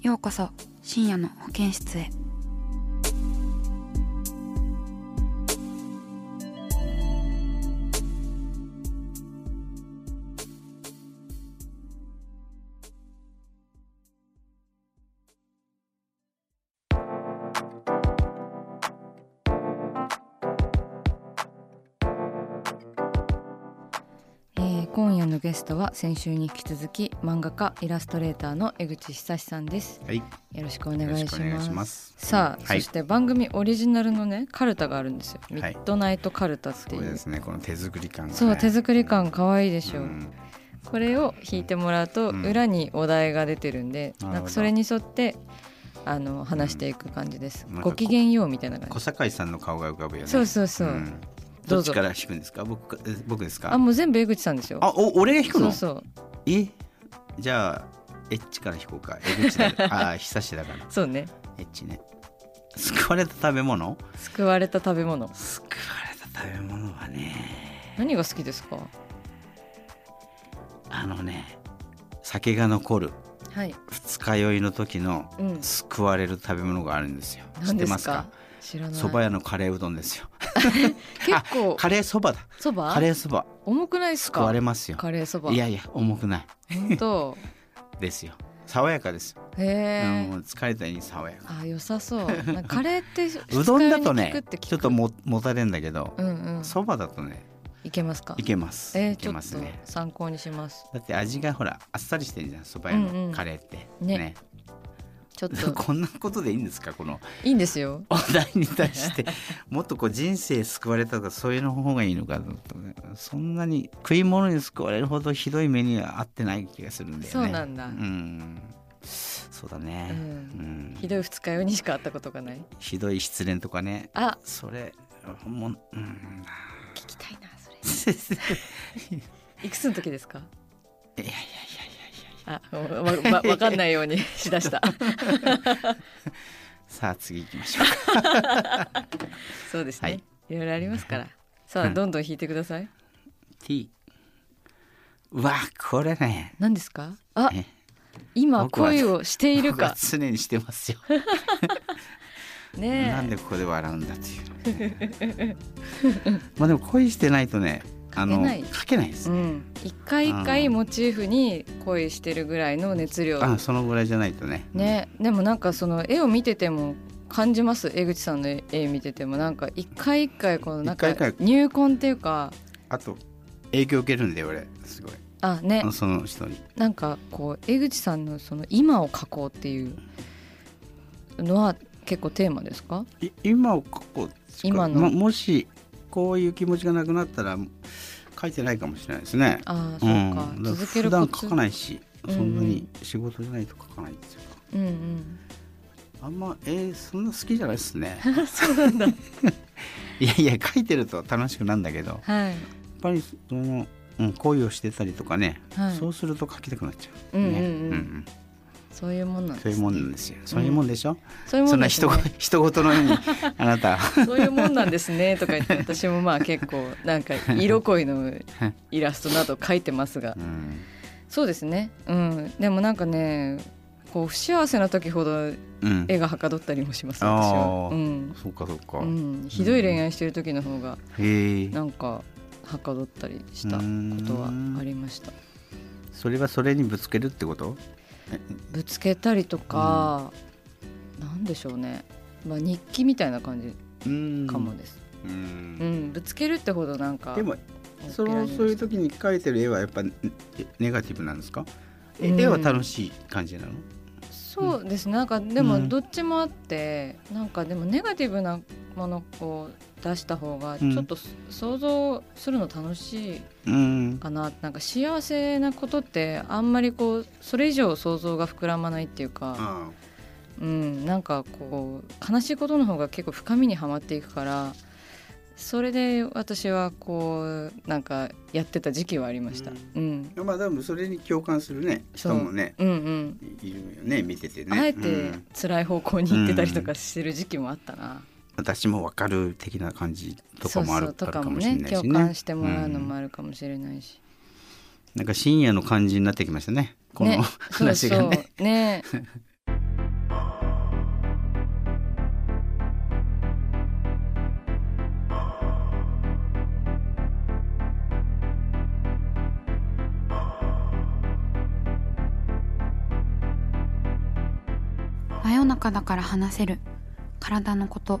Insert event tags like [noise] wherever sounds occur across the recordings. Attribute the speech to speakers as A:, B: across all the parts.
A: ようこそ深夜の保健室へ
B: えー今夜のゲストは先週に引き続き漫画家イラストレーターの江口久志さんです
C: はい、
B: よろしくお願いします
C: よろしくお願いします
B: さあ、
C: はい
B: そして番組オリジナルのねカルタがあるんですよミ
C: はい
B: ッドナイトカルタってい
C: そう
B: う,、
C: ですね、この手作り感がね、
B: そう手作り感可愛いで
C: り
B: しょ、
C: うん、
B: これを引いてもらうと
C: うん
B: 裏にお題が出てるんで、
C: なるほど
B: なんかそれに沿ってあの話していく感じです、
C: うんなんかこ
B: ごきげんようみたいな感
C: 小堺さんの顔が浮かぶよね。
B: じそうそうそう、
C: ん
B: ど
C: ど
B: う
C: っ
B: ぞ
C: ちから引くんですか、僕かえ僕ですか。
B: あもう全部江口さんですよ
C: あお俺が引く
B: そ
C: の。
B: うそう
C: え、じゃあエッチから引こうか。エッチだ。
B: [laughs]
C: あー、久しだから。
B: そうね
C: エッチね。救われた食べ物？
B: 救われた食べ物
C: 救われた食べ物はね、
B: 何が好きですか
C: あのね、酒が残る
B: はい
C: 二日酔いの時の
B: うん
C: 救われる食べ物があるんですよ。知っ
B: 何
C: て
B: で
C: ますすか
B: か。知らない
C: 蕎麦屋のカレーうどんですよ。
B: 結構
C: カレーそばだ。
B: そば
C: カレーそば
B: 重くないです
C: 食わ
B: か
C: れますよ
B: カレーそば
C: いやいや重くない
B: 本
C: [laughs]
B: 当
C: ですよ爽やかですよ、
B: へえ
C: もう疲れたに爽やか
B: あ良さそうなんかカレー
C: [laughs]
B: って
C: うどんだとね
B: 二日酔いに効くて聞く
C: ちょっとももたれんだけど
B: うんうん
C: そば、蕎麦だとね
B: いけますか
C: いけます、
B: えー
C: い
B: ち
C: け
B: ょっ
C: ます
B: と
C: ね
B: 参考にします
C: だって味がほらあっさりしてるじゃんそば屋
B: うんうん
C: のカレーって、
B: ねちょっと
C: [laughs] こんなことでいいんですかこの
B: いいんですよ
C: お題に対して
B: [laughs]
C: もっとこう人生救われたとかそういうの方がいいのかと思ったねそんなに食い物に救われるほどひどい目には合ってない気がするんだよね
B: そうなんだ
C: うんそうだね、
B: うん
C: うん
B: ひどい二日酔いにしか会ったことがない
C: ひどい失恋とかね
B: あ
C: それもう、うん、 [laughs]
B: 聞きたいなそれいくつの時ですか
C: いやいやいやいや
B: あわわわかんないようにしだ
C: [laughs]
B: した
C: さあ次行きま
B: [laughs]
C: しょうか
B: そうです
C: は
B: ね
C: い
B: いろいろありますからさあ
C: うん
B: どんどん引いてください
C: T うわこれね
B: 何ですかあ
C: ね
B: 今
C: 僕は
B: 恋をしている
C: 僕は
B: か
C: 常にしてますよ、
B: ねえ
C: なんでここで笑うんだっていうねまあでも恋してないとねあ
B: 書
C: の
B: けない
C: 書けないです、
B: うん、一回一回モチーフに恋してるぐらいの熱量
C: あそのぐらいじゃないとね
B: ねでもなんかその絵を見てても感じます江口さんの絵絵見ててもなんか一回一回このなんか
C: 一回一
B: 入魂っていうか
C: あと影響受けるんで俺すごい
B: あね
C: あのその人に
B: なんかこう江口さんのその今を描こうっていうのは結構テーマですか
C: い今を書こうですか
B: 今の
C: ももしこういう気持ちがなくなったら書いてないかもしれないですね
B: ああそうか、
C: んだら
B: 続ける
C: 普
B: こ
C: 段
B: と
C: 書かないし
B: うん
C: そんなに仕事じゃないと書かないですよ、
B: [laughs] うん
C: あんまえーそんな好きじゃないですね [laughs]
B: うん、そうなんだ
C: いやいや書いてると楽しくなんだけどやっ
B: [laughs] はい
C: ぱりその、うん、恋をしてたりとかね、
B: はい
C: そうすると書きたくなっちゃう、
B: うんうんう
C: ね
B: んそういうもんなんです
C: そういうもんなんですよそういうもんでしょ、
B: そういうも
C: そ
B: ん
C: んな
B: ですね [laughs]
C: 人ご人事のようにあなた
B: そういうもんなんですねとか言って私もまあ結構なんか色恋のイラストなど描いてますが
C: うん
B: そうですねうんでもなんかねこう不幸せな時ほど
C: うん
B: 絵がはかどったりもします私は
C: あ、ー
B: うん
C: そうかそうか、
B: うん、ひどい恋愛してる時の方が
C: へえ
B: なんかはかどったりしたことはありました
C: それはそれにぶつけるってこと
B: ぶつけたりとか、なんでしょうね、まあ、日記みたいな感じ
C: うん
B: かもです、
C: う
B: うんんぶつけるってほどなんか
C: でもそのそういう時に描いてる絵はやっぱねネガティブなんですか、え
B: うん
C: 絵は楽しい感じなの
B: そうですねなんかで
C: う
B: も
C: ん
B: どっちもあって、なんかでもネガティブなものを出した方が
C: うん
B: ちょっとす想像するの楽しい
C: うん
B: かな,、なんか幸せなことってあんまりこうそれ以上想像が膨らまないっていうか、
C: あ
B: うん、なんかこう悲しいことの方が結構深みにはまっていくからそれで私はこうなんかやってた時期はありました。
C: う
B: うんん
C: あまあでもそれに共感するね人もね
B: うんうん
C: いるよね見ててね
B: あえ
C: う
B: て
C: ん
B: 辛い方向に行ってたりとかしてる時期もあったな。
C: 私もわかる的な感じとかもある
B: そうそうと
C: ある
B: か
C: か
B: も
C: もしれ
B: ね
C: ないし
B: 共
C: ね
B: 感してもらうのもあるかもしれないし、
C: なんか深夜の感じになってきましたねこの、
B: ね
C: [laughs] 話がね
B: そうそうね
A: 真夜中だから話せる体のこと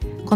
D: こ